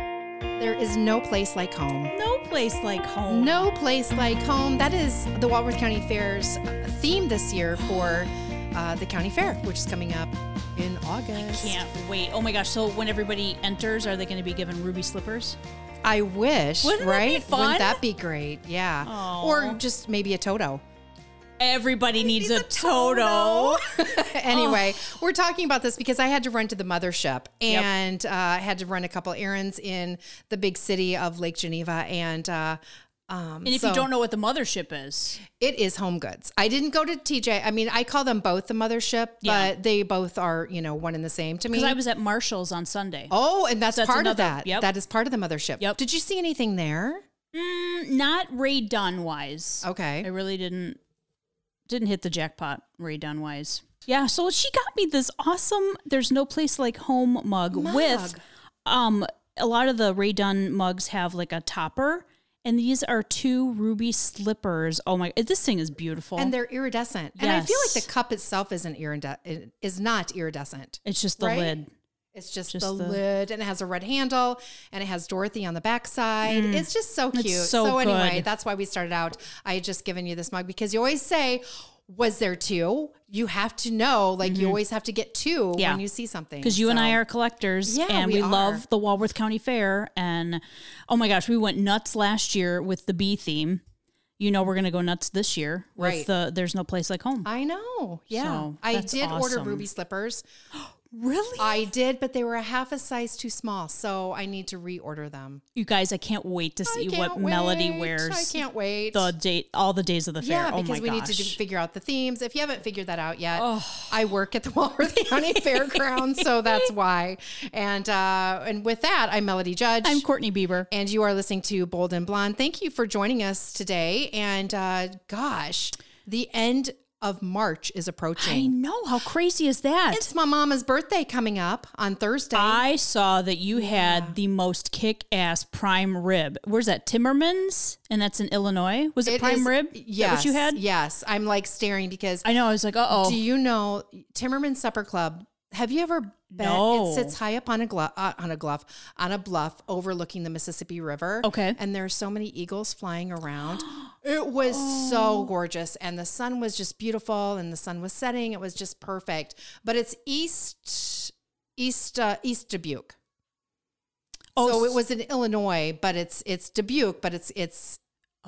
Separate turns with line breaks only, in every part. There is no place like home.
No place like home.
No place like home. That is the Walworth County Fair's uh, theme this year for uh, the county fair, which is coming up in August.
Can't wait. Oh my gosh. So when everybody enters, are they going to be given ruby slippers?
I wish,
Wouldn't that be
right?
fun?
Wouldn't that be great? Yeah.
Aw.
Or just maybe a Toto.
Everybody needs,
needs
a,
a
Toto. Oh.
anyway, we're talking about this because I had to run to the mothership and uh, I had to run a couple errands in the big city of Lake Geneva. And, uh, um,
And if you don't know what the mothership is,
It is Home Goods. I didn't go to TJ. I mean, I call them both the mothership,
Yeah.
but they both are, you know, one and the same to me.
because I was at Marshall's on Sunday.
oh, and that's,
So that's
part of
another-
that.
yep.
That is part of the mothership.
Yep.
Did you see anything there?
Mm, not Ray Dunn wise. I
Okay.
really didn't didn't hit the jackpot Ray Dunn wise. Yeah, so she got me this awesome there's no place like home mug, with
Mug.
um a lot of the Ray Dunn mugs have like a topper and these are two ruby slippers. Oh my this thing is beautiful.
And they're iridescent. And I feel like
Yes.
the cup itself isn't iridescent. Is not iridescent.
it's just the
right?
lid.
It's just,
Just
the,
the-
lid, and it has a red handle, and it has Dorothy on the backside. It's just so cute.
Mm. so
anyway,
good.
that's why we started out. I had just given you this mug because you always say, "Was there two? You have to know. Like you always have to get two
Mm-hmm. Yeah.
when you see something.
Because you and
So-
I are collectors
Yeah,
and
we
we,
are.
love the Walworth County Fair. And oh my gosh, we went nuts last year with the bee theme. You know we're gonna go nuts this year
Right.
with the there's no place like home.
I know. Yeah,
So,
I
that's
did order
awesome.
ruby slippers.
really?
I did, but they were a half a size too small, so I need to reorder them.
You guys, I can't wait to
I
see
can't
what Melody
wait.
wears
I can't wait.
the date all the days of the fair.
Yeah,
oh
because
my
we
gosh.
need to do, figure out the themes. If you haven't figured that out yet, I work at the Walworth County Fairgrounds, so that's why. And uh, and with that, I'm Melody Judge.
I'm Courtney Bieber.
and you are listening to Bold and Blonde. Thank you for joining us today. And uh, gosh, the end of March is
I
approaching.
know how crazy is that.
It's my mama's birthday coming up on Thursday.
I saw that you had the most kick-ass prime rib. Where's that? Timmerman's, and that's in Illinois. Was it,
It
prime
is-
rib? Is
Yes.
that what you had?
Yes. I'm like staring because
I know. I was like, uh
Do
oh.
you know Timmerman Supper Club? Have you ever been?
No.
It sits high up on a glu- uh, on a bluff on a bluff overlooking the Mississippi River.
Okay.
and there are so many eagles flying around. it was
Oh.
so gorgeous, and the sun was just beautiful, and the sun was setting. It was just perfect. But it's east east uh, east Dubuque.
Oh,
so it
s-
was in Illinois, but it's it's Dubuque, but it's it's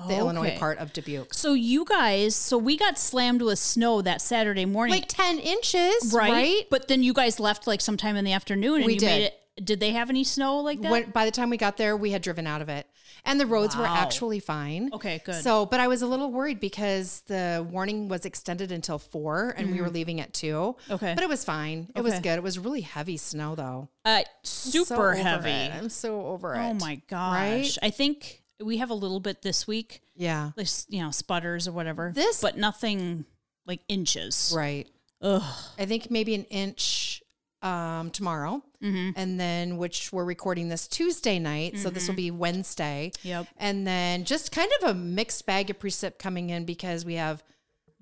the Illinois
Okay.
part of Dubuque.
So you guys, so we got slammed with snow that Saturday morning,
Like ten inches,
right?
right?
But then you guys left like sometime in the afternoon, and
We
you
did.
made it. Did they have any snow like that?
when, by the time we got there, we had driven out of it, and the roads were
Wow.
actually fine.
Okay, good.
So, but I was a little worried because the warning was extended until four, and we were leaving at two.
Mm-hmm. Okay.
but it was fine. It was
Okay.
good. It was really heavy snow, though.
Uh,
So
super
over
heavy.
it. I'm so over it.
Oh my gosh.
Right?
I think we have a little bit this week,
Yeah.
like s- you know, sputters or whatever.
This-
but nothing like inches.
Right.
Ugh.
I think maybe an inch um, tomorrow,
Mm-hmm.
and then which we're recording this Tuesday night, so this will be Wednesday.
Mm-hmm. Yep.
And then just kind of a mixed bag of precip coming in because we have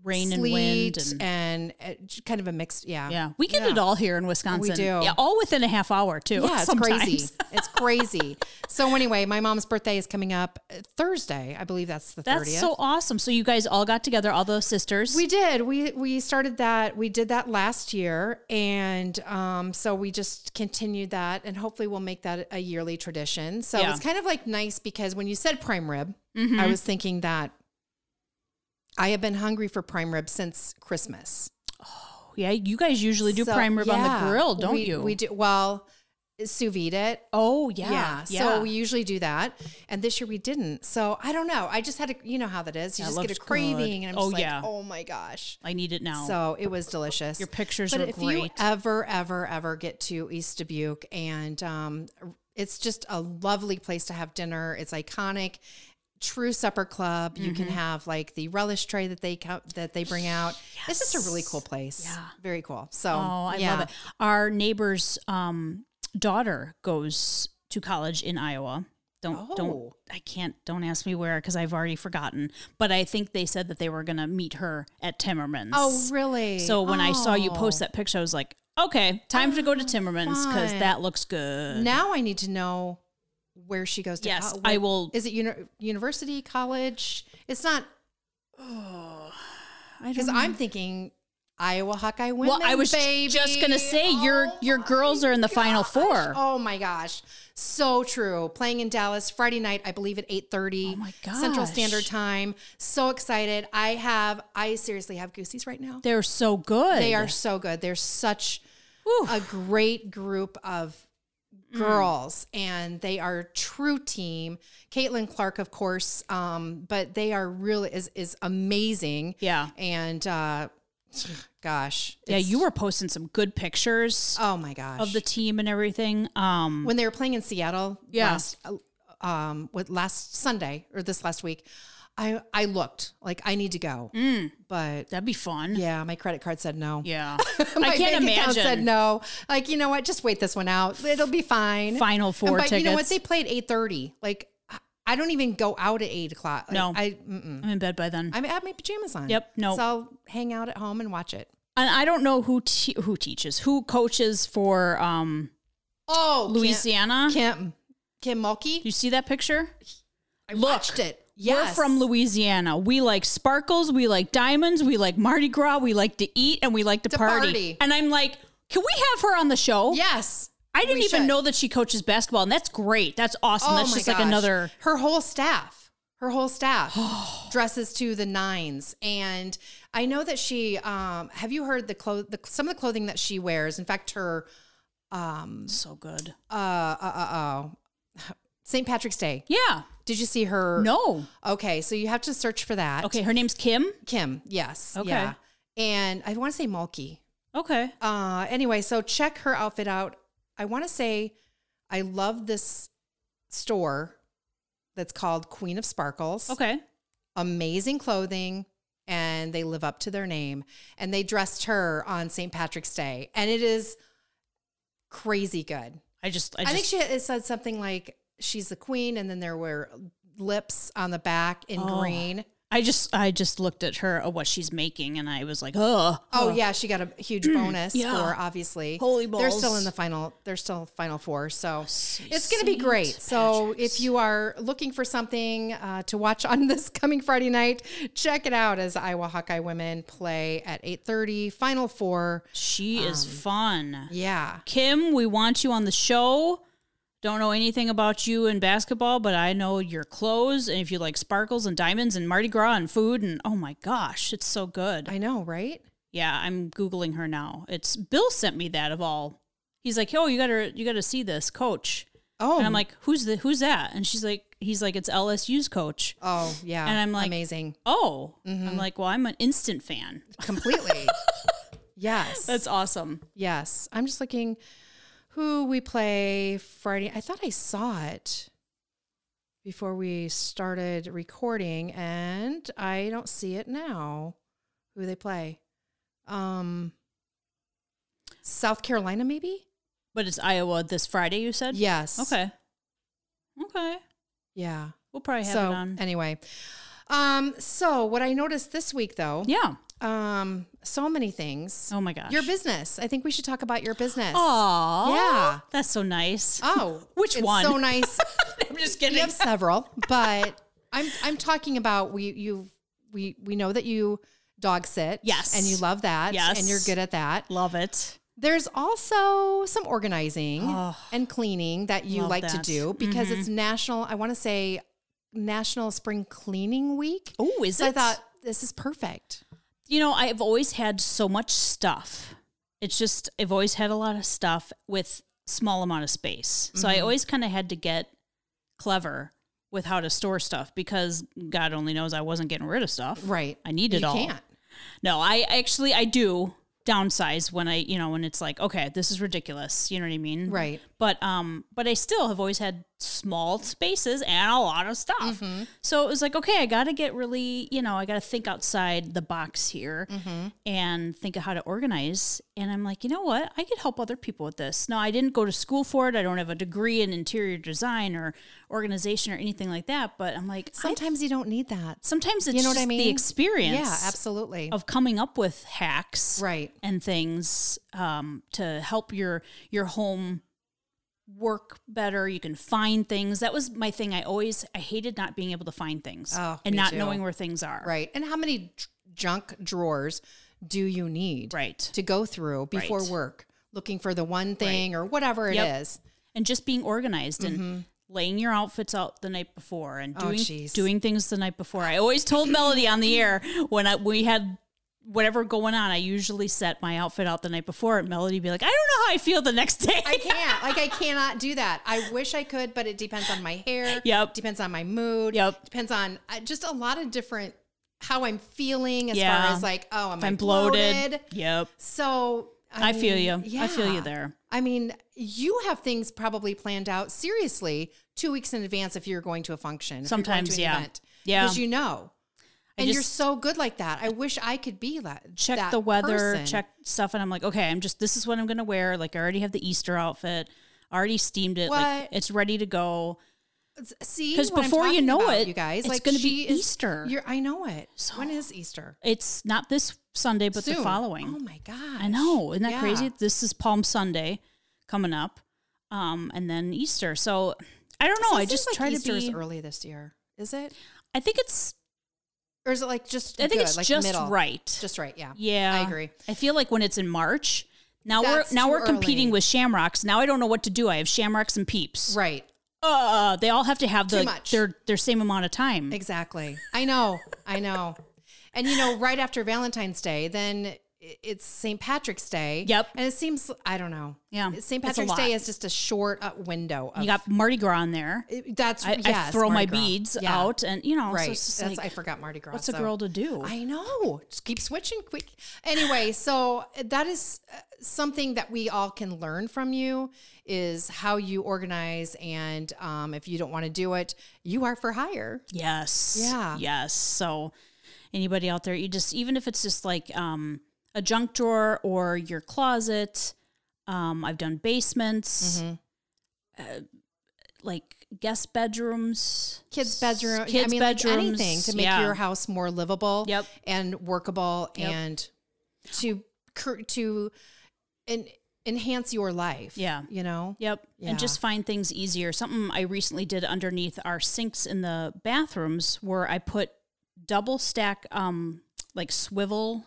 Rain and
sleet
wind and,
and, uh, j- kind of a mixed yeah
yeah, we get it all here in Wisconsin.
do.
Yeah, all within a half hour too.
yeah it's
sometimes.
crazy it's crazy so anyway my mom's birthday is coming up uh, thursday i believe that's the 30th
That's so awesome. So you guys all got together, all those sisters.
we did we we started that we did that last year and um so we just continued that and hopefully we'll make that a yearly tradition so
Yeah. Mm-hmm.
it's kind of like nice because when you said prime rib i was thinking that i have been hungry for prime rib since christmas
yeah, you guys usually do
So,
prime rib on
yeah,
the grill, don't
we-
you?
We do. Well, sous vide it.
Oh
Yeah,
yeah,
So we usually do that. And this year we didn't. So I don't know. I just had a, you know how that is. You
That
just get a
looks good.
craving and I'm
Oh,
just like,
yeah.
oh my gosh.
I need it now.
So it was delicious.
Your pictures
but
were
if you
great.
ever, ever, ever get to East Dubuque and um, it's just a lovely place to have dinner. It's iconic. True supper club. You
Mm-hmm.
can have like the relish tray that they co- that they bring out. It's just a really cool place. Yeah, very cool. So
Oh, I
yeah.
love it. Our neighbor's um, daughter goes to college in Iowa. Don't don't
Oh.
I can't don't ask me where because I've already forgotten. But I think they said that they were gonna meet her at Timmerman's.
Oh, really?
so when I saw you post
Oh.
that picture, I was like, okay, time to go to Timmerman's because
fun.
that looks good.
now I need to know where she goes to
Yes,
col-
I
what-
will-
Is it uni- university, college? It's not
I
because
don't
I'm thinking Iowa Hawkeye women.
Mm-hmm. Well, I was
baby.
just gonna say your your girls are in the final four.
Oh my gosh, so true. Playing in Dallas Friday night, I believe at eight thirty.
Oh my
Central
gosh.
Standard Time. So excited! I have, I seriously have goosies right now.
They're so good.
They are so good. They're such
Whew. Mm.
a great group of girls, and they are a true team. Caitlin Clark, of course, um, but they are really is is amazing.
Yeah.
and uh, gosh,
Yeah,
it's-
you were posting some good pictures
Oh my gosh,
of the team and everything. Um
when they were playing in Seattle
Yeah.
last uh, um with last Sunday or this last week, I I looked like I need to go. But
that'd be fun.
yeah, my credit card said no.
Mm. Yeah.
My
I can't
bank account
imagine.
said no. Like, you know what? Just wait this one out. It'll be fine.
Final four
but you know what?
tickets.
They played eight thirty. Like I- I don't even go out at eight o'clock. Like,
No.
I mm-mm.
I'm in bed by then.
I'm I have my pajamas on.
Yep, no.
So I'll hang out at home and watch it.
and I don't know who te- who teaches, who coaches for um
Oh, Kim-
Louisiana.
Kim, Kim Mulkey.
you see that picture?
I watched it. Yes,
We're from Louisiana. We like sparkles, we like diamonds, we like Mardi Gras, we like to eat, and we like to, party.
party.
And I'm like, can we have her on the show?
Yes,
I didn't
we
even
should.
know that she coaches basketball, and that's great. That's awesome. that's
Oh my
just
gosh.
like another
her whole staff. Her whole staff dresses to the nines, and I know that she. Um, have you heard the clothes? The, some of the clothing that she wears. In fact, her
so good.
uh uh uh, uh St. Patrick's Day.
Yeah.
Did you see her?
No.
Okay, so you have to search for that.
Okay. Her name's Kim.
Kim. Yes.
Okay.
Yeah. And I want to say Mulkey.
Okay.
Uh, anyway, so check her outfit out. I want to say I love this store that's called Queen of Sparkles.
Okay.
Amazing clothing, and they live up to their name. And they dressed her on St. Patrick's Day, and it is crazy good.
I just, I
I,
just,
think she had- it said something like she's the queen, and then there were lips on the back in
Oh.
green.
I just, I just looked at her, uh, what she's making, and I was like, oh,
Oh, yeah, she got a huge bonus
Yeah.
for obviously.
Holy
They're
balls.
still in the final. They're still final four, so it's going to be
Saint
great. So
Patrick's.
if you are looking for something uh, to watch on this coming Friday night, check it out as Iowa Hawkeye women play at eight thirty. Final four.
she is fun.
Yeah,
Kim, we want you on the show. Don't know anything about you in basketball, but I know your clothes and if you like sparkles and diamonds and Mardi Gras and food and oh my gosh, it's so good.
I know, right?
yeah, I'm googling her now. It's Bill sent me that of all. He's like, "Oh, you got to you got to see this coach."
Oh,
And I'm like, "Who's the who's that?" And she's like, he's like, "It's LSU's coach."
oh yeah,
and I'm like-
amazing,
Oh. I'm like, "Well, I'm an instant fan."
completely. yes,
That's awesome.
yes. I'm just looking who we play Friday. I thought I saw it before we started recording, and I don't see it now. Who they play? Um, South Carolina, maybe.
But it's Iowa this Friday, you said?
Yes.
Okay. Okay.
Yeah.
We'll probably have
So
it on.
anyway, um, so what I noticed this week though,
yeah.
um, so many things.
Oh my gosh.
Your business. I think we should talk about your business.
Aw.
Yeah.
That's so nice.
Oh,
Which
it's
one?
So nice.
I'm just kidding.
we have several, but I'm I'm talking about we you we we know that you dog sit.
Yes.
And you love that.
Yes.
And you're good at that.
Love it.
There's also some organizing
Oh.
and cleaning that you
Love
like to
that. Mm-hmm.
do because it's national, I want to say National Spring Cleaning Week.
Oh, is
so
it?
I thought this is perfect.
you know, I've always had so much stuff. It's just I've always had a lot of stuff with small amount of space. So
Mm-hmm.
I always kind of had to get clever with how to store stuff because God only knows I wasn't getting rid of stuff.
Right.
I need it
you
all.
can't.
No, I actually I do downsize when I, you know, when it's like, okay, this is ridiculous. You know what I mean?
Right.
But um but I still have always had small spaces and a lot of stuff.
Mm-hmm.
So it was like, okay, I got to get really, you know, I got to think outside the box here
Mm-hmm.
and think of how to organize. And I'm like, you know what? I could help other people with this. Now, I didn't go to school for it. I don't have a degree in interior design or organization or anything like that, but I'm like, I,
Sometimes you don't need that.
sometimes it's
know what
just
I
the
mean?
experience
Yeah, absolutely.
of coming up with hacks
Right.
and things um, to help your your home work better. You can find things. That was my thing. I always I hated not being able to find things
Oh,
and
me
not
too.
knowing where things are.
Right. And how many dr- junk drawers do you need
Right.
to go through before
Right.
work, looking for the one thing or whatever it is?
Yep. And just being organized and laying your outfits out the night before and
Mm-hmm. Oh,
doing
jeez.
doing things the night before. I always told Melody on the air when I we had whatever going on, I usually set my outfit out the night before and Melody would be like, I don't know how I feel the next day.
I can't. Like I cannot do that. I wish I could, but it depends on my hair.
Yep.
Depends on my mood.
Yep.
Depends on uh, just a lot of different how I'm feeling as
Yeah.
far as like, oh, am I
I'm
bloated?
bloated. Yep.
So
I, feel
mean,
you. I feel
yeah.
you there.
I mean, you have things probably planned out seriously two weeks in advance if you're going to a function. if you're going
Sometimes,
to an
yeah.
event,
Yeah.
Because you know. And you're
just-
so good like that. I wish I could be that.
check
that
the weather,
person.
check stuff, and I'm like, okay, I'm just this is what I'm gonna wear. Like I already have the Easter outfit, I already steamed it,
What?
like it's ready to go.
See,
Because
what I'm
before you
talking
know
about,
it,
you guys,
it's
like
gonna be
she is-
Easter.
You're, I know it. when is Easter?
It's not this Sunday, but the
Soon.
following.
Oh my god!
I know, isn't that
Yeah.
crazy? This is Palm Sunday coming up, um, and then Easter. So I don't know. I just
like
try
Easter
to
is
be.
early this year. Is it?
I think it's.
Or is it like just?
I
good,
think it's
like
just
middle?
right.
Just right. Yeah.
yeah,
I agree.
I feel like when it's in March. Now
That's
we're now
too
we're competing
early.
with shamrocks. Now I don't know what to do. I have shamrocks and peeps.
Right.
uh, they all have to have
Too
the
much.
their their same amount of time.
Exactly. I know. I know. And you know, right after Valentine's Day, then i- it's St. Patrick's Day.
Yep.
And it seems I don't know.
Yeah,
St.
it's a
Patrick's Day
lot.
is just a short uh, window. Of,
You got Mardi Gras on there.
it- that's
I,
yes,
I throw
Mardi
my
Gras.
beads
Yeah,
out, and you know, so
Right.
it's just
that's
like,
I forgot Mardi Gras.
what's a
so-
girl to do?
I know. Just keep switching quick. Anyway, so that is uh, something that we all can learn from you is how you organize, and um, if you don't want to do it, you are for hire.
yes,
Yeah.
yes. So, anybody out there, you just even if it's just like um, a junk drawer or your closet. Um, I've done basements,
Mm-hmm.
uh, like guest bedrooms.
kids' bedroom, I
kids'
mean, like
bedrooms,
anything to make
yeah.
your house more livable,
Yep.
and workable,
Yep.
and to cur- to en- enhance your life.
Yeah.
you know,
Yep.
Yeah.
And just find things easier. Something I recently did underneath our sinks in the bathrooms where I put double stack um like swivel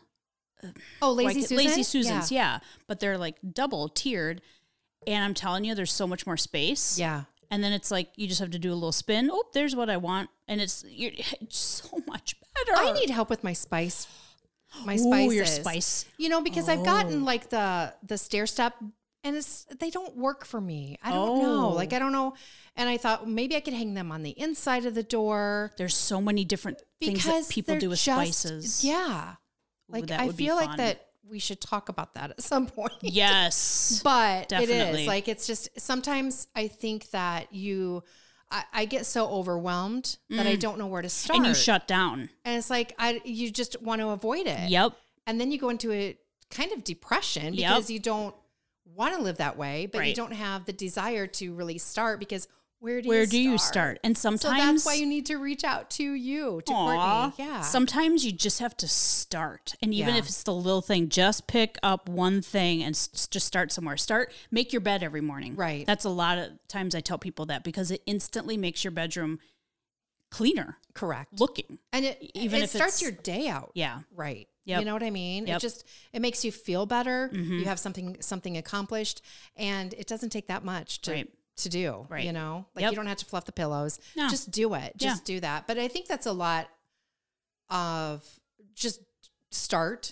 oh, lazy
like,
Susan,
lazy Susans, yeah. But they're like double tiered. And I'm telling you, there's so much more space.
yeah.
And then it's like you just have to do a little spin. Oh, there's what I want. And it's you're it's so much better.
I need help with my spice, my
Ooh,
spices,
your spice. Oh.
You know, because I've gotten like the the stair step. And it's they don't work for me. I don't know.
Oh.
Like I don't know. And I thought maybe I could hang them on the inside of the door.
There's so many different things
because
that people
they're
do with
just-
spices.
Yeah. Like
that
I
would be
feel like
fun.
that we should talk about that at some point.
Yes.
But it is
Definitely.
like it's just sometimes I think that you I, I get so overwhelmed that I don't know where to start.
Mm. and you shut down.
And it's like I you just want to avoid it.
Yep.
And then you go into a kind of depression
Yep.
because you don't want to live that way, but you
Right.
don't have the desire to really start because where do
Where
you
do you start? And
So
sometimes
that's why you need to reach out to you, to
Aw.
Courtney. Yeah.
Sometimes you just have to start. And even
Yeah.
if it's the little thing, just pick up one thing and s- just start somewhere. Start, make your bed every morning.
Right.
That's a lot of times I tell people that because it instantly makes your bedroom cleaner
Correct.
looking.
and it
E-, even
it
if
starts
it's-
your day out
Yeah.
right
Yep.
you know what i mean it
Yep. Mm-hmm.
just it makes you feel better you have something something accomplished and it doesn't take that much to
Right.
to do
Right.
you know like
Yep.
you don't have to fluff the pillows
No.
just do it just do that but i think that's a lot of just start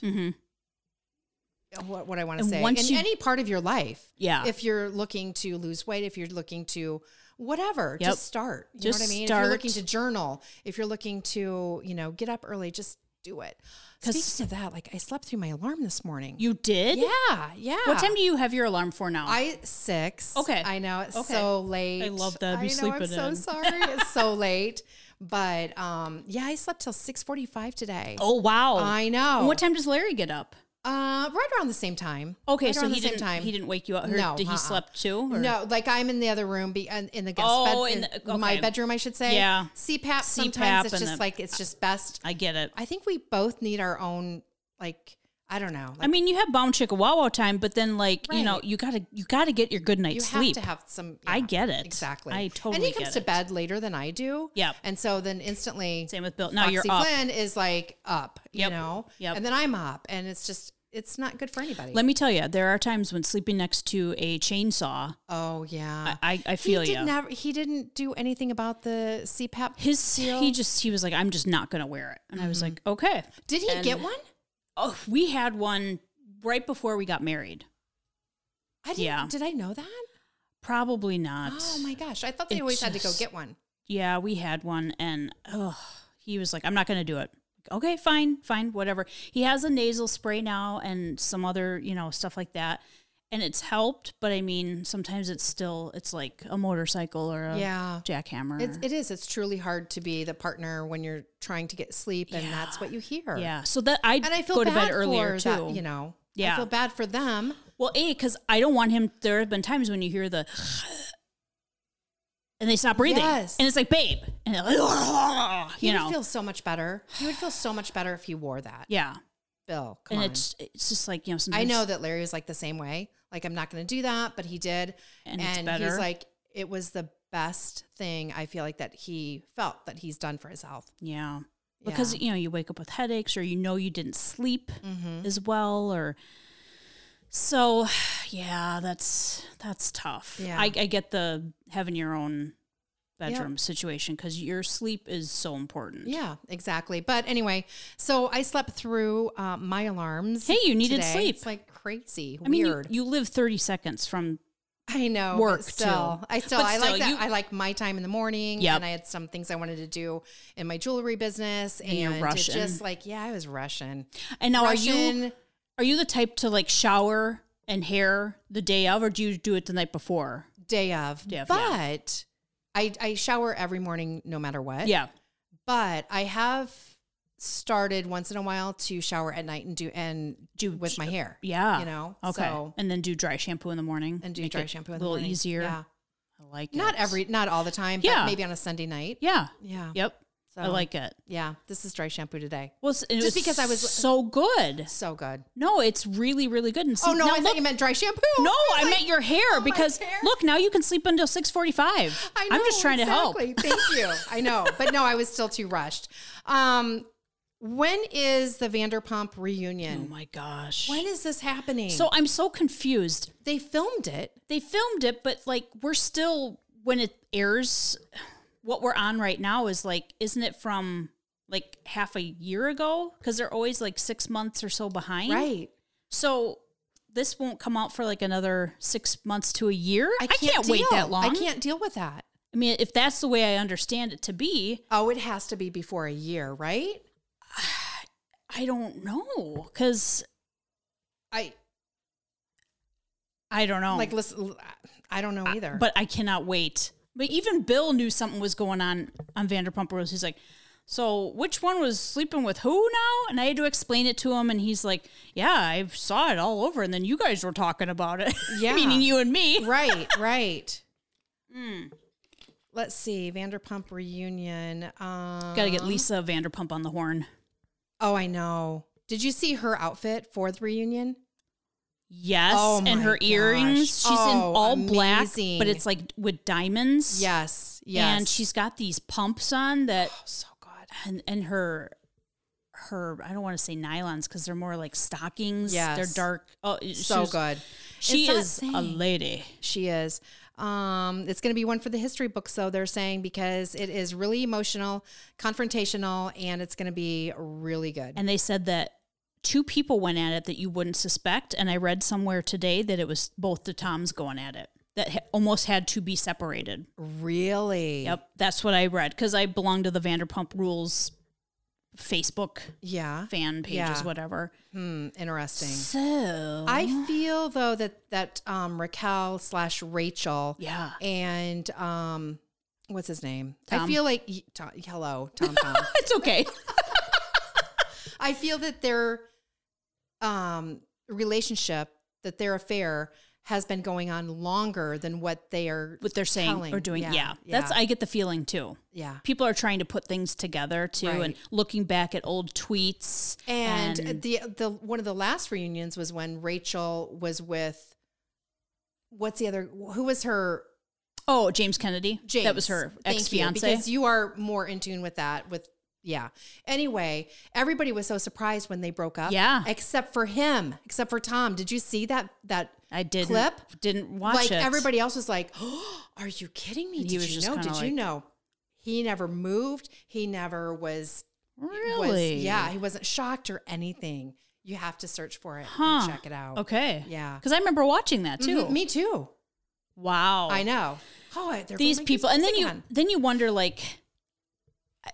what, what i want to
Mm-hmm. And
say
once
in
you-
any part of your life
Yeah.
if you're looking to lose weight, if you're looking to whatever,
Yep.
just start. You know
Just
what I mean? If you're looking to
start.
journal, if you're looking to, you know, get up early, just do it.
'Cause-
Speaking of that, like I slept through my alarm this morning.
you did?
yeah, yeah.
What time do you have your alarm for now?
I six.
Okay.
I know it's
Okay.
so late.
I love that.
I
Be
know. I'm
sleeping
so
in.
sorry. It's so late. But um, yeah, I slept till six forty-five today.
oh, wow.
I know.
And what time does Larry get up?
Uh, right around the same time.
Okay,
Right
so
around
he
the same
didn't
time.
he didn't wake you up. Or
No,
did he
uh-uh.
sleep too? or-
No, like I'm in the other room, be in, in the guest
Oh,
bed,
in
in
the-
my
okay.
bedroom, I should say.
Yeah.
CPAP. Sometimes
CPAP
it's
and
just
the-
like it's just best.
I get it.
I think we both need our own. Like I don't know.
I
Like,
mean, you have Bound Chickawawa time, but then like you know
Right.
you gotta you gotta get your good
you
night's sleep.
have to have some.
I
yeah,
get it
Exactly.
I totally
And he comes
get
to
it.
bed later than I do.
Yep.
And so then instantly,
Same with Bill. Now you're
Foxy
up.
Flynn is like up, you
Yep.
know?
Yep.
And then I'm up. And it's just, it's not good for anybody.
Let me tell you, there are times when sleeping next to a chainsaw,
oh, yeah.
I I feel
he
you.
did never, he didn't do anything about the CPAP.
His he just he was like, I'm just not gonna wear it, and I was
Mm-hmm.
like, okay.
did he get one?
Oh, we had one right before we got married.
I didn't,
yeah.
Did I know that?
Probably not.
Oh my gosh. I thought they
It
always had to go
just-
get one.
yeah, we had one, and oh, he was like, "I'm not going to do it." Okay, fine, fine, whatever. He has a nasal spray now and some other, you know, stuff like that, and it's helped. But I mean, sometimes it's still it's like a motorcycle or a
Yeah.
jackhammer.
It's, it is. It's truly hard to be the partner when you're trying to get sleep, and that's what you hear.
yeah, so that I
And I feel
go to
bad
bed earlier
for
too.
That, you know.
Yeah.
I feel bad for them.
Well, a because I don't want him. There have been times when you hear the. And they stop breathing,
Yes.
and it's like, babe, and they're like,
He
you
would
know,
feel so much better. He would feel so much better if he wore that.
yeah.
Bill, come
And
on.
it's it's just like you know, sometimes
I know that Larry was like the same way. Like I'm not going to do that, but he did,
And
and,
it's better.
he's like, it was the best thing. I feel like that he felt that he's done for his health.
Yeah. Because
Yeah.
you know, you wake up with headaches or you know you didn't sleep
Mm-hmm.
as well or so yeah, that's that's tough.
Yeah.
I, I get the having your own bedroom situation because your sleep is so important.
Yeah, exactly. But anyway, so I slept through uh, my alarms.
Hey, you needed
today.
sleep.
It's like crazy,
I mean, you,
weird.
you live 30 seconds from
I know.
work,
Work still.
too.
I still.
But
I
still,
like that.
you-
I like my time in the morning.
Yep.
And I had some things I wanted to do in my jewelry business, and,
you're
it
Russian.
just like yeah, I was Russian.
and now are you
Russian.
are you the type to like shower and hair the day of or do you do it the night before?
day of.
Day of, yeah.
but I I shower every morning, no matter what.
Yeah.
But I have started once in a while to shower at night and do and do with my hair.
Yeah.
You know.
Okay.
So,
and then do dry shampoo in the morning.
and do
Make
dry
it
shampoo in
a
the
little
morning.
easier.
Yeah.
I like
Not
it.
every, not all the time,
Yeah.
but maybe on a Sunday night.
Yeah.
Yeah.
Yep. I
So-
like it.
Yeah. This is dry shampoo today.
Well, it's- and it
Just
was
because I was-
so good.
So good.
No, it's really, really good. And see,
Oh no,
now
I
look-
thought you meant dry shampoo.
no,
was
I
like,
meant your
my
hair because
hair.
look, now you can sleep until six forty-five.
I
I'm just
know,
trying to help.
exactly. Thank you. I know, but no, I was still too rushed. Um, when is the Vanderpump
Oh
reunion?
my gosh.
When is this happening?
so I'm so confused.
they filmed it.
They filmed it, but like we're still when it airs. What we're on right now is like, isn't it from like half a year ago? Because they're always like six months or so behind.
Right.
So this won't come out for like another six months to a year. I can't,
deal.
wait that long.
I can't deal with that.
I mean, if that's the way I understand it to be,
Oh, it has to be before a year, right?
I don't know because
I
I don't know.
like listen. I don't know either.
but Oh. I cannot wait. But even Bill knew something was going on on Vanderpump Rules. He's like, so which one was sleeping with who now? And I had to explain it to him, and he's like, yeah, I saw it all over, and then you guys were talking about it.
Yeah.
meaning you and me.
right, right.
Hmm.
Let's see. Vanderpump reunion. Um,
Got to get Lisa Vanderpump on the horn.
Oh, I know. Did you see her outfit for the reunion?
Yes,
Oh
and
my
her earrings.
gosh.
She's in
Oh,
all black,
amazing.
but it's like with diamonds.
Yes, yes.
and she's got these pumps on that,
oh, so good.
and and her, her. I don't want to say nylons because they're more like stockings.
Yes.
they're dark. Oh, it- she
So
was-
good.
She
It's not
is a
saying-
lady.
She is. Um, it's going to be one for the history books, though, they're saying, because it is really emotional, confrontational, and it's going to be really good.
And they said that two people went at it that you wouldn't suspect. And I read somewhere today that it was both the Toms going at it. That ha- almost had to be separated.
really?
Yep, that's what I read because I belong to the Vanderpump Rules Facebook
Yeah.
fan pages,
Yeah.
whatever.
Hmm, interesting.
So
I feel, though, that, that um, Raquel slash Rachel
yeah,
and um, what's his name? I
Tom.
feel like, y- Tom, hello, Tom Tom.
it's okay.
I feel that their um, relationship, that their affair, has been going on longer than what they are
what they're saying
telling.
or doing.
Yeah,
Yeah, that's
yeah.
I get the feeling too.
yeah
People are trying to put things together too, and
Right.
looking back at old tweets.
and,
and-
the the one of the last reunions was when Rachel was with what's the other who was her
Oh, James Kennedy.
James
That was her
Thank you,
ex fiance.
because you are more in tune with that with yeah anyway everybody was so surprised when they broke up
Yeah.
except for him except for Tom did you see that that
I didn't
clip
didn't watch
like
it.
everybody else was like, oh, "Are you kidding me?
And
Did
he was
you
just
know? Did
kinda
you
like-
know?" He never moved. He never was. was-
really
yeah, he wasn't shocked or anything. You have to search for it
Huh.
and check it out.
okay
Yeah.
because I remember watching that too.
Mhm, Me too.
Wow,
I know. Oh, I- they're
these
going
people, and then
again.
you then you wonder like,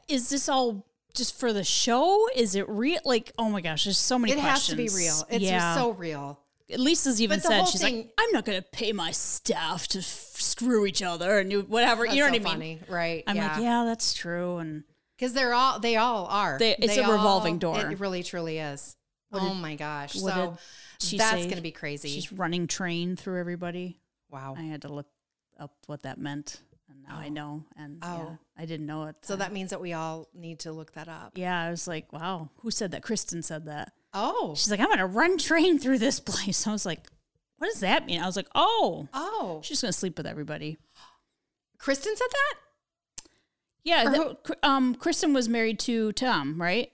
is this all just for the show? Is it real? Like, oh my gosh, there's so many.
It has to be
questions.
real. It's
yeah.
so real.
Lisa's even
But the
said
whole
she's
thing-
like, I'm not going to pay my staff to f- screw each other and do whatever.
That's
you know
so
what I mean?
funny, right?
I'm like, yeah, that's true. And
because they're all they all are.
They- it's
They
a revolving
all-
door.
It really truly is. oh my gosh!
what
So
did she
that's
say?
gonna be crazy.
she's running train through everybody.
wow.
I had to look up what that meant, and now I know. And yeah,
Oh.
I didn't know it.
So that means that we all need to look that up.
yeah, I was like, wow, who said that? Kristen said that.
Oh,
She's like, I'm gonna run train through this place. I was like, what does that mean? I was like, oh,
oh,
she's gonna sleep with everybody.
Kristen said that.
Yeah,
Or
that- Cr- um, Kristen was married to Tom, right?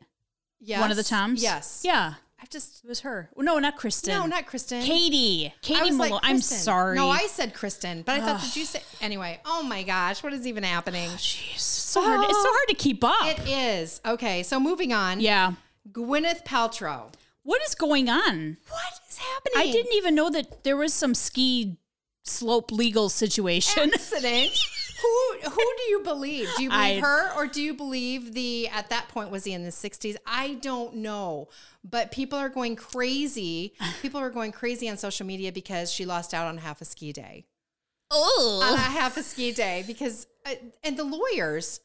Yes,
One of the Toms.
Yes.
Yeah,
I've just
it was her. Well, no, not Kristen.
no, not Kristen.
Katie.
I
Katie
was like,
Malone. I'm
Kristen.
sorry.
No, I said Kristen, but I thought did you say anyway? Oh my gosh, what is even happening?
Jeez, it's so hard. It's so hard to keep up.
Oh. It is okay. So moving on.
yeah.
Gwyneth Paltrow.
What is going on?
What is happening?
I didn't even know that there was some ski slope legal situation.
accident. who who do you believe? Do you believe
I-
her or do you believe the at that point was he in the 60s? I don't know. But people are going crazy. People are going crazy on social media because she lost out on half a ski day. On a
Oh,
half a ski day because uh, and the lawyers,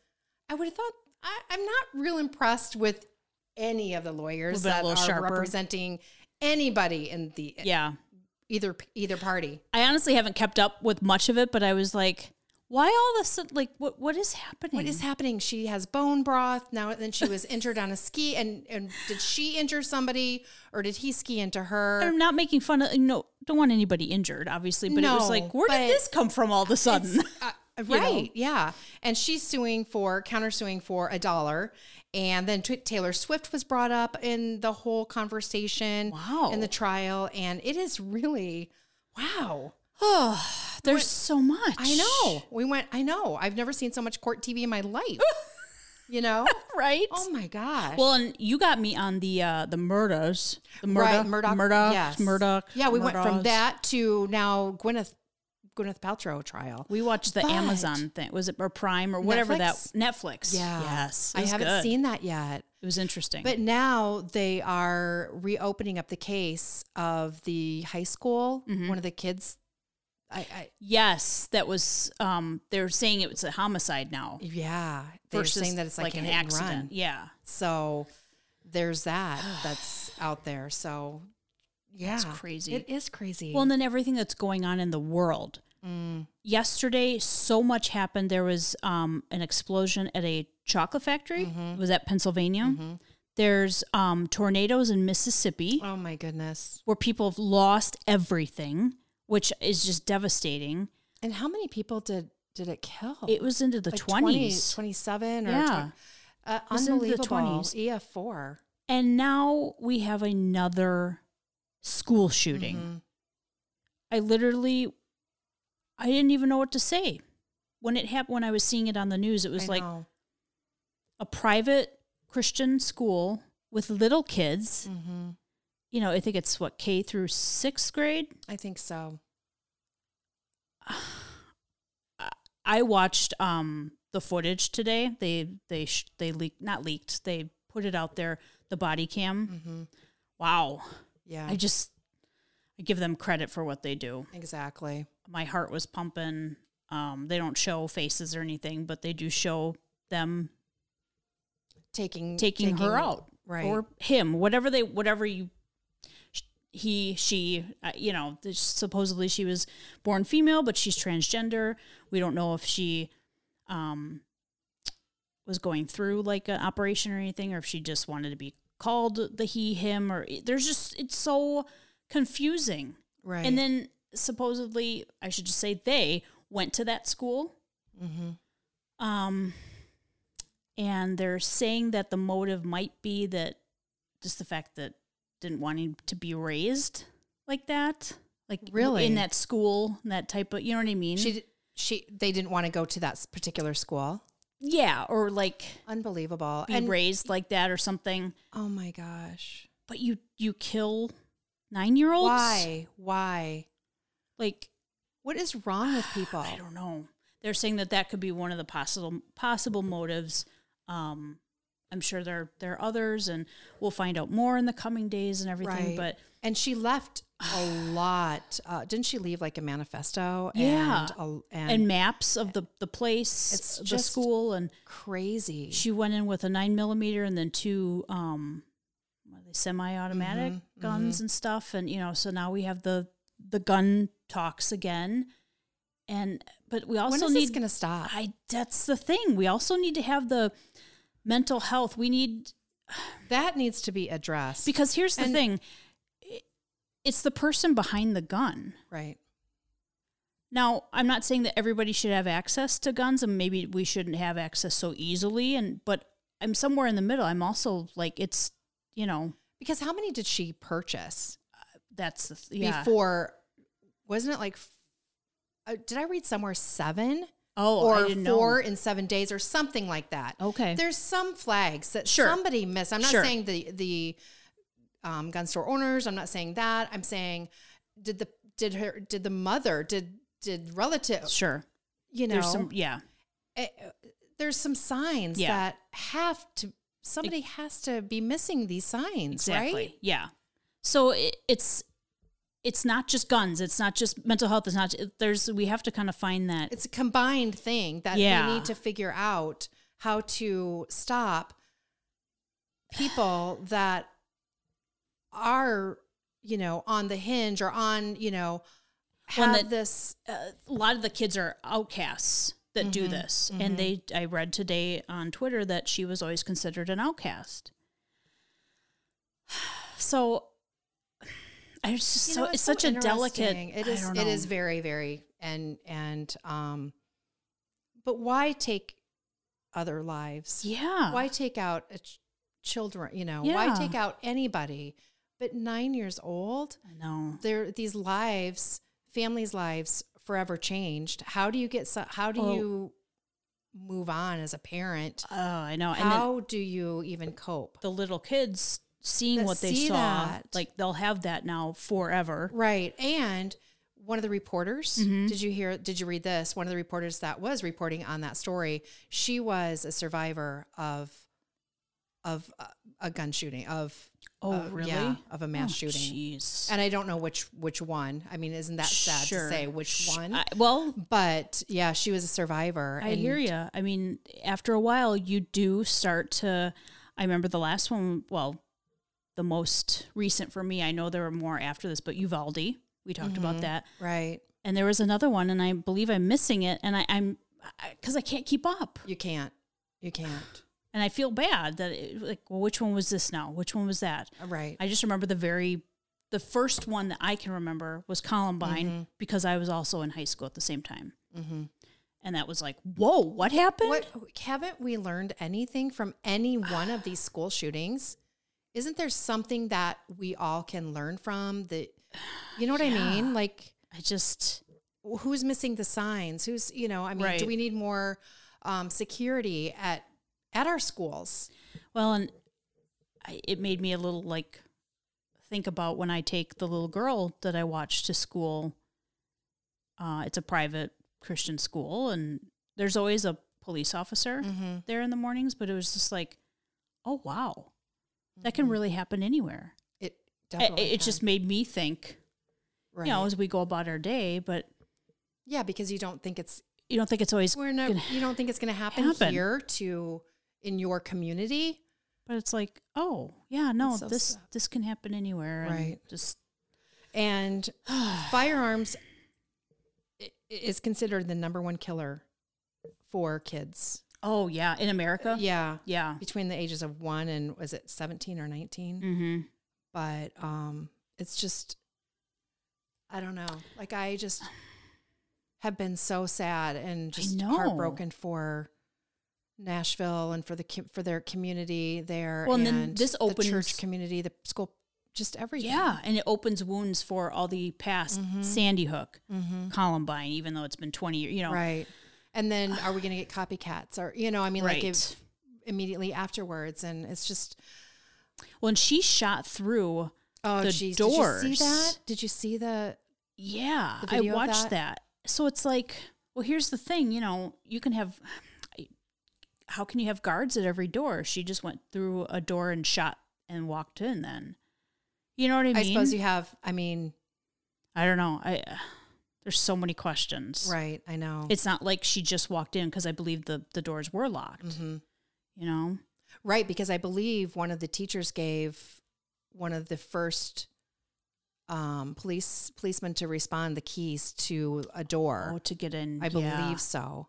I would have thought I, I'm not real impressed with any of the lawyers
Would've been a
that are
little sharper.
representing anybody in the
yeah.
either either party.
I honestly haven't kept up with much of it, but I was like, why all this? Like, what what is happening?
What is happening? She has bone broth now. Then she was injured on a ski, and and did she injure somebody, or did he ski into her?
I'm not making fun of. No, don't want anybody injured, obviously. But it
No,
was like, where
but
did this come from all of a sudden?
Uh,
know.
right? Yeah. And she's suing for countersuing for a dollar, and then t- Taylor Swift was brought up in the whole conversation.
Wow.
In the trial, and it is really wow.
Oh, there's so much.
I know. We went. I know. I've never seen so much court TV in my life. you know.
right?
Oh my gosh.
Well, and you got me on the uh the murders, the murder,
right, Murdoch,
Murdoch,
yes.
Murdoch.
Yeah, we went from
Murdochs.
that to now Gwyneth Gwyneth Paltrow trial.
We watched the
But-
Amazon thing. Was it or Prime or whatever
Netflix?
that Netflix? Yes, it
I
was
haven't
good.
seen that yet.
It was interesting.
But now they are reopening up the case of the high school.
Mm-hmm.
One of the kids. I, I
yes, that was. Um, they're saying it was a homicide now.
yeah, they're
versus
saying that it's like, a hit and run.
Yeah,
So there's that that's out there. So yeah,
That's crazy.
It is crazy.
Well, and then everything that's going on in the world. Yesterday, so much happened. There was um, an explosion at a chocolate factory.
Mm-hmm.
It was that Pennsylvania? There's um, tornadoes in Mississippi
oh my goodness!
where people have lost everything, which is just devastating.
And how many people did did it kill?
It was into the
Oh. Like
20s.
27 or
Yeah.
20, uh,
was into the
unbelievable
20s.
ef4
And now we have another school shooting.
Mm-hmm.
I literally, I didn't even know what to say. When it happened, when I was seeing it on the news, it was
I
like
know.
a private Christian school with little kids.
Mhm.
You know, I think it's what K through sixth grade.
i think so
I watched um, the footage today. They they sh- they leaked not leaked. They put it out there. The body cam.
Mm.
Wow,
Mm-hmm. yeah
I just I give them credit for what they do.
exactly
My heart was pumping. Um, they don't show faces or anything, but they do show them
taking
taking, her out
right
or him, whatever they whatever you he, she, uh, you know, there's- supposedly she was born female, but she's transgender. We don't know if she um, was going through like an operation or anything, or if she just wanted to be called the he, him, or there's just, it's so confusing.
Right.
And then supposedly, I should just say they went to that school.
Mm-hmm.
Um, and they're saying that the motive might be that just the fact that didn't want him to be raised like that, like
Really?
in that school, and that type of, you know what I mean?
she d- she they didn't want to go to that s- particular school.
yeah, or like
Unbelievable.
be raised like that or something.
oh my gosh.
But you you kill nine year olds?
Why? Why?
Like
What is wrong with people?
I don't know. They're saying that that could be one of the possible possible motives. Um, I'm sure there there are others, and we'll find out more in the coming days and everything.
Right.
But
And she left a lot. Uh, didn't she leave like a manifesto?
Yeah.
And, a, and,
and maps of the the place,
It's
the
just-
school, and
crazy.
she went in with a nine millimeter and then two um, what are they semi-automatic
Mm-hmm,
guns and stuff, and you know, so now we have the the gun talks again. And but we also
when is
need
this going to stop?
I that's the thing. We also need to have the mental health. We need
that needs to be addressed.
because here's the
And-
thing. It- It's the person behind the gun.
right.
Now, I'm not saying that everybody should have access to guns and maybe we shouldn't have access so easily and but I'm somewhere in the middle. I'm also like it's, you know,
Because how many did she purchase
that's the th- yeah.
before? Wasn't it like, f- uh, did I read somewhere seven
oh, I
or
didn't
four in seven days or something like that?
know. Okay.
There's some flags that
Sure.
somebody missed. I'm not
Sure.
saying the the um, gun store owners. I'm not saying that. I'm saying did the did her did the mother did did relative
Sure.
you know
There's some yeah.
eh, eh, there's some signs
Yeah.
that have to somebody has to be missing these signs right
Yeah. So it, it's it's not just guns. It's not just mental health. It's not. it- There's we have to kind of find that.
it's a combined thing that
Yeah.
we need to figure out how to stop people that are you know on the hinge or on you know
One
have
that-
this
uh, a lot of the kids are outcasts that do
Mm-hmm.
this, and they. I read today on Twitter that she was always considered an outcast. So. I was just
you
so
know,
it's, such a delicate.
interesting. it
I
is
don't
it is
know.
very very and and um but why take other lives
yeah.
why take out a ch- children you know why
Yeah.
take out anybody but nine years old
I know.
there these lives families lives forever changed how do you get so, how do
Oh.
you move on as a parent
Oh, I know. And then
how do you even cope
the little kids seeing
That
what they
see
saw,
that.
like they'll have that now forever.
right and one of the reporters
Mm-hmm.
did you hear did you read this one of the reporters that was reporting on that story she was a survivor of of uh, a gun shooting of
Oh,
uh,
really?
yeah, of a mass
Oh,
shooting
Jeez.
and I don't know which which one. I mean, isn't that sad
Sure.
to say which one?
I, well,
but yeah, she was a survivor.
I hear you. I mean, after a while, you do start to. I remember the last one. Well, the most recent for me. I know there were more after this, but Uvalde. We talked
Mm-hmm.
about that,
right?
and there was another one, and I believe I'm missing it, and I, I'm because I, can't keep up,
You can't. You can't.
and I feel bad that it, like, well, which one was this now? Which one was that?
Uh, Right.
I just remember the very the first one that I can remember was Columbine because I was also in high school at the same time. And that was like, whoa, what happened?
What haven't we learned anything from any one of these school shootings? Isn't there something that we all can learn from? That you know what I mean? Like
I just
who's missing the signs? Who's you know? I mean,
Right.
do we need more um, security at at our schools?
well, and I, it made me a little like think about when I take the little girl that I watch to school. Uh, it's a private Christian school, and there's always a police officer
Mm-hmm.
there in the mornings. But it was just like, oh wow, that can really happen anywhere.
It
I-
definitely.
it, it just
can.
made me think,
right.
you know, as we go about our day, but
yeah, because you don't think it's
you don't think it's always,
We're not,
gonna-
you don't think it's going to happen,
happen.
here to in your community?
but it's like, oh, yeah, no,
It's so
this
sad.
this can happen anywhere. and
Right.
Just
And firearms i- is considered the number one killer for kids.
Oh yeah, in America.
Yeah.
Yeah.
Between the ages of one and was it 17 or 19?
Mm-hmm.
But um, it's just, I don't know. Like, I just have been so sad and just
know.
heartbroken for. Nashville and for the com- for their community there.
Well, and
and
then this
the
opens-
church community, the school, just everything.
Yeah, and it opens wounds for all the past
Mm-hmm.
Sandy Hook, Columbine, even though it's been twenty years. You know,
Right. And then are we going to get copycats or, you know, I mean, like
Right.
if immediately afterwards. And it's just,
when she shot through.
oh,
The
geez. Did you
doors.
see that? Did you see the,
Yeah,
The
I
video of
watched
that?
that. So it's like, well, here's the thing. You know, you can have. How can you have guards at every door? She just went through a door and shot and walked in. Then, you know what I mean?
I suppose you have, I mean,
I don't know. I uh, there's so many questions.
right. I know.
It's not like she just walked in because I believe the the doors were locked.
Mm-hmm.
You know.
right. Because I believe one of the teachers gave one of the first um, police policemen to respond the keys to a door.
Oh, to get in.
I believe
yeah.
so.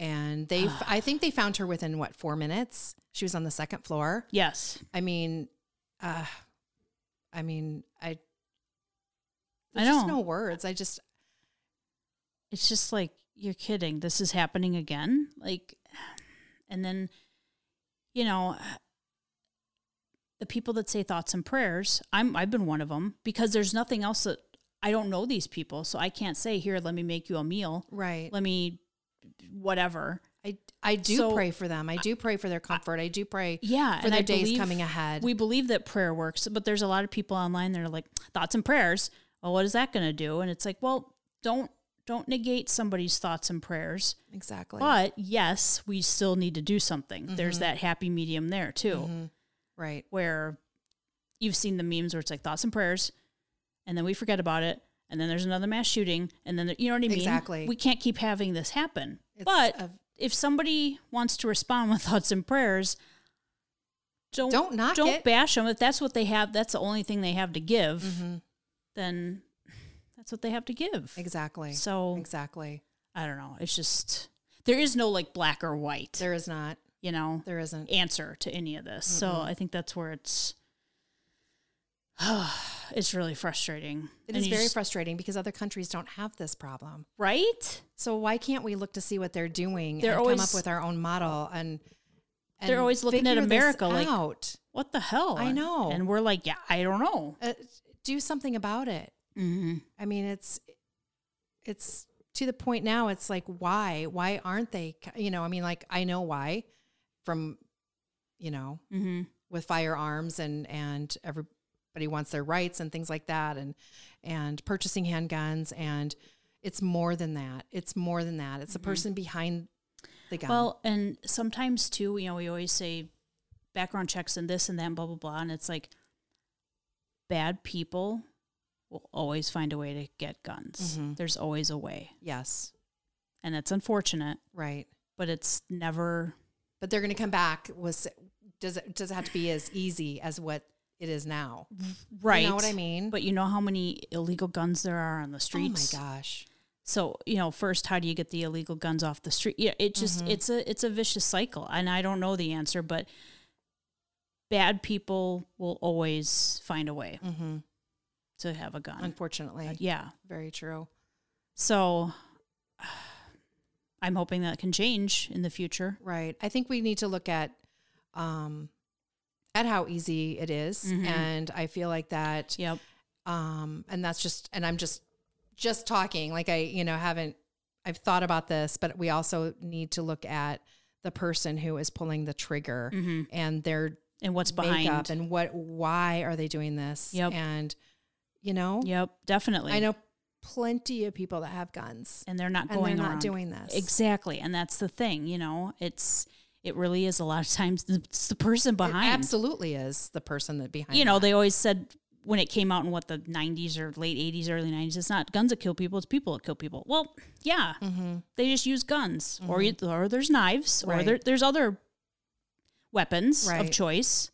And they, f- I think they found her within what, four minutes? She was on the second floor.
Yes.
I mean, uh, I mean, I.
I
There's just
know.
no words. I just
It's just like you're kidding. This is happening again. Like, and then, you know, the people that say thoughts and prayers. I'm. I've been one of them because there's nothing else that I don't know these people, so I can't say here. Let me make you a meal.
right.
Let me, whatever.
I I do
So-
pray for them. I do pray for their comfort. I, do pray
Yeah,
for their days coming ahead.
We believe that prayer works, but there's a lot of people online that are like thoughts and prayers. Well, what is that going to do? And it's like, well, don't don't negate somebody's thoughts and prayers.
exactly. Mm-hmm.
But yes, we still need to do something. There's that happy medium there too,
right.
where you've seen the memes where it's like thoughts and prayers, and then we forget about it, and then there's another mass shooting, and then there- you know what I mean?
Exactly.
We can't keep having this happen.
It's
but
a-
if somebody wants to respond with thoughts and prayers, don't
Don't knock
don't
it.
bash them. If that's what they have, that's the only thing they have to give.
Mm-hmm.
Then that's what they have to give.
Exactly.
So
exactly.
I don't know. It's just there is no like black or white,
There is not.
you know,
There isn't.
answer to any of this. So
Mm-hmm.
I think that's where it's it's really frustrating.
It
And
is
you
very
just-
frustrating because other countries don't have this problem.
right.
So why can't we look to see what they're doing
They're
and come
always-
up with our own model and, and
They're always looking at
figure this
America like-
out.
What the hell?
I know.
And we're like, yeah, I don't know.
uh, do something about it.
Mm-hmm.
I mean, it's it's to the point now. It's like why? Why aren't they? c- You know, I mean, like I know why from you know
Mm-hmm.
with firearms and and everybody wants their rights and things like that and and purchasing handguns and it's more than that. It's more than that. It's the person behind the gun.
Mm-hmm. Well, and sometimes too, you know, we always say background checks and this and that, and blah blah blah, and it's like bad people will always find a way to get guns.
Mm-hmm.
There's always a way,
yes,
and it's unfortunate,
right.
but it's never
But they're going to come back with. Does it does it have to be as easy as what it is now?
right.
You know what I mean?
But you know how many illegal guns there are on the streets.
Oh my gosh.
So you know, first, how do you get the illegal guns off the street? Yeah, it just
Mm-hmm.
it's a it's a vicious cycle, and I don't know the answer, but bad people will always find a way to have a gun.
Mm-hmm. Unfortunately.
yeah.
Very true.
So I'm hoping that can change in the future.
Right. I think we need to look at um at how easy it is.
Mm-hmm.
and I feel like that
Yep.
um and that's just and I'm just just talking like I you know haven't I've thought about this, but we also need to look at the person who is pulling the trigger and their
And what's Mm-hmm. behind?
makeup and what why are they doing this?
Yep.
And you know,
Yep, definitely.
I know plenty of people that have guns
And they're not
and
going
they're not
around.
doing this.
Exactly. And that's the thing, you know, it's it really is a lot of times the- it's the person
It
behind.
absolutely is the person that behind
You know, they always said when it came out in what the 90s or late 80s, early 90s, it's not guns that kill people, it's people that kill people. Well, yeah,
Mm-hmm.
they just use guns, or you, or there's knives, or
Right.
there, there's other weapons of
Right. Mm-hmm.
choice.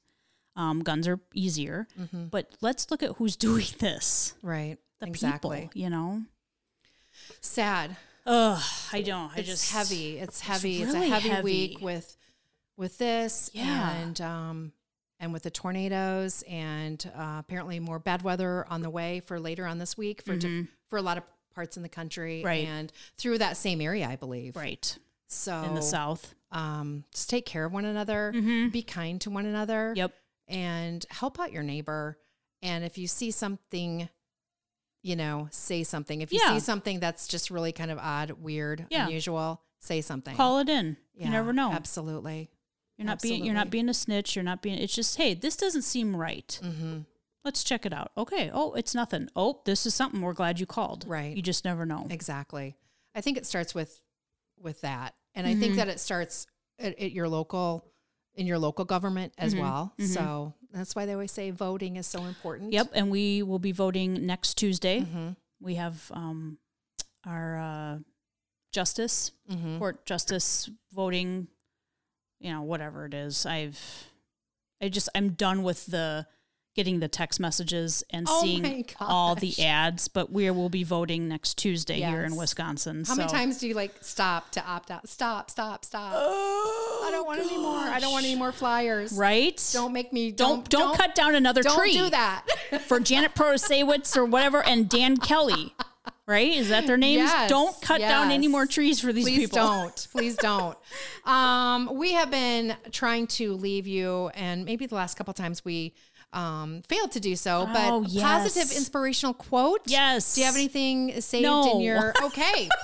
Um, guns are easier, but let's look at who's doing this.
Right.
the
Exactly.
people, you know?
Sad.
Ugh, I don't. I
it's
just
heavy. It's heavy. It's,
really
a heavy,
heavy.
week with with this
Yeah.
and um and with the tornadoes and uh, apparently more bad weather on the way for later on this week for diff- for a lot of parts in the country
Mm-hmm. Right.
and through that same area, I believe.
Right.
So
In the South. Mm-hmm.
um, just take care of one another, be kind to one another,
Yep.
and help out your neighbor. And if you see something, you know, say something. If you
Yeah.
see something that's just really kind of odd, weird,
Yeah.
unusual, say something.
Call it in.
Yeah,
you never know.
Absolutely.
You're not being you're not
absolutely. Mm.
being a snitch. You're not being it's just, hey, this doesn't seem right.
Mm-hmm.
Let's check it out. Okay. Oh, it's nothing. Oh, this is something. We're glad you called.
Right.
You just never know.
Exactly. I think it starts with with that, and I
Mm-hmm.
think that it starts at, at your local in your local government as
Mm-hmm.
well. So that's why they always say voting is so important.
Yep, and we will be voting next Tuesday.
Mm-hmm.
We have um, our uh, justice
Mm-hmm.
court justice voting. You know, whatever it is, I've I just I'm done with the getting the text messages and
Oh my
seeing all the
gosh.
ads. But we will be voting next Tuesday here in
Yes.
Wisconsin.
How many
so-
times do you like stop to opt out? Stop, stop, stop. I don't want any more. I don't want any more flyers.
Right?
Don't make me
don't, don't cut down another
don't
tree.
do that.
for Janet Protasewicz or whatever and Dan Kelly, right? Is that their names?
Yes,
don't cut down any
yes.
more trees for these
Please
people.
don't. Please don't. um, we have been trying to leave you, and maybe the last couple times we um, failed to do so. But
Oh, yes.
positive inspirational quote.
Yes.
Do you have anything saved
No.
in your? Okay.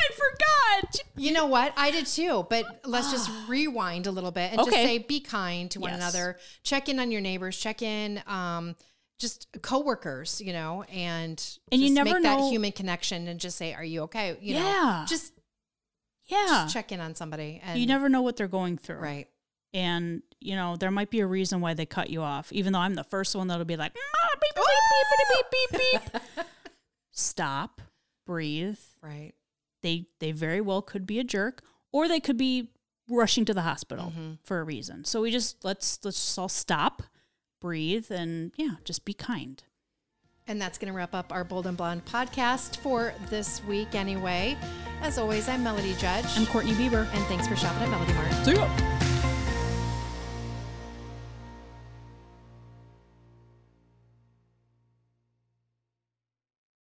I forgot.
you know what? I did too. But let's just rewind a little bit and just
Okay.
say be kind to one
Yes.
another. Check in on your neighbors. Check in. Um, just coworkers, you know, and
And you
just
never
make
know-
that human connection and just say, "Are you okay?" You
Yeah.
know, just
Yeah.
just check in on somebody and
you never know what they're going through.
right
And, you know, there might be a reason why they cut you off, even though I'm the first one that'll be like, "Ah, beep, beep, beep, beep, beep, beep, beep." Stop, breathe.
right
They, they very well could be a jerk or they could be rushing to the hospital
Mm-hmm.
for a reason. So we just, let's, let's just all stop, breathe, and yeah, just be kind.
and that's going to wrap up our bold and blonde podcast for this week anyway as always i'm melody judge
I'm Courtney Bieber.
and thanks for shopping at melody mart
See ya.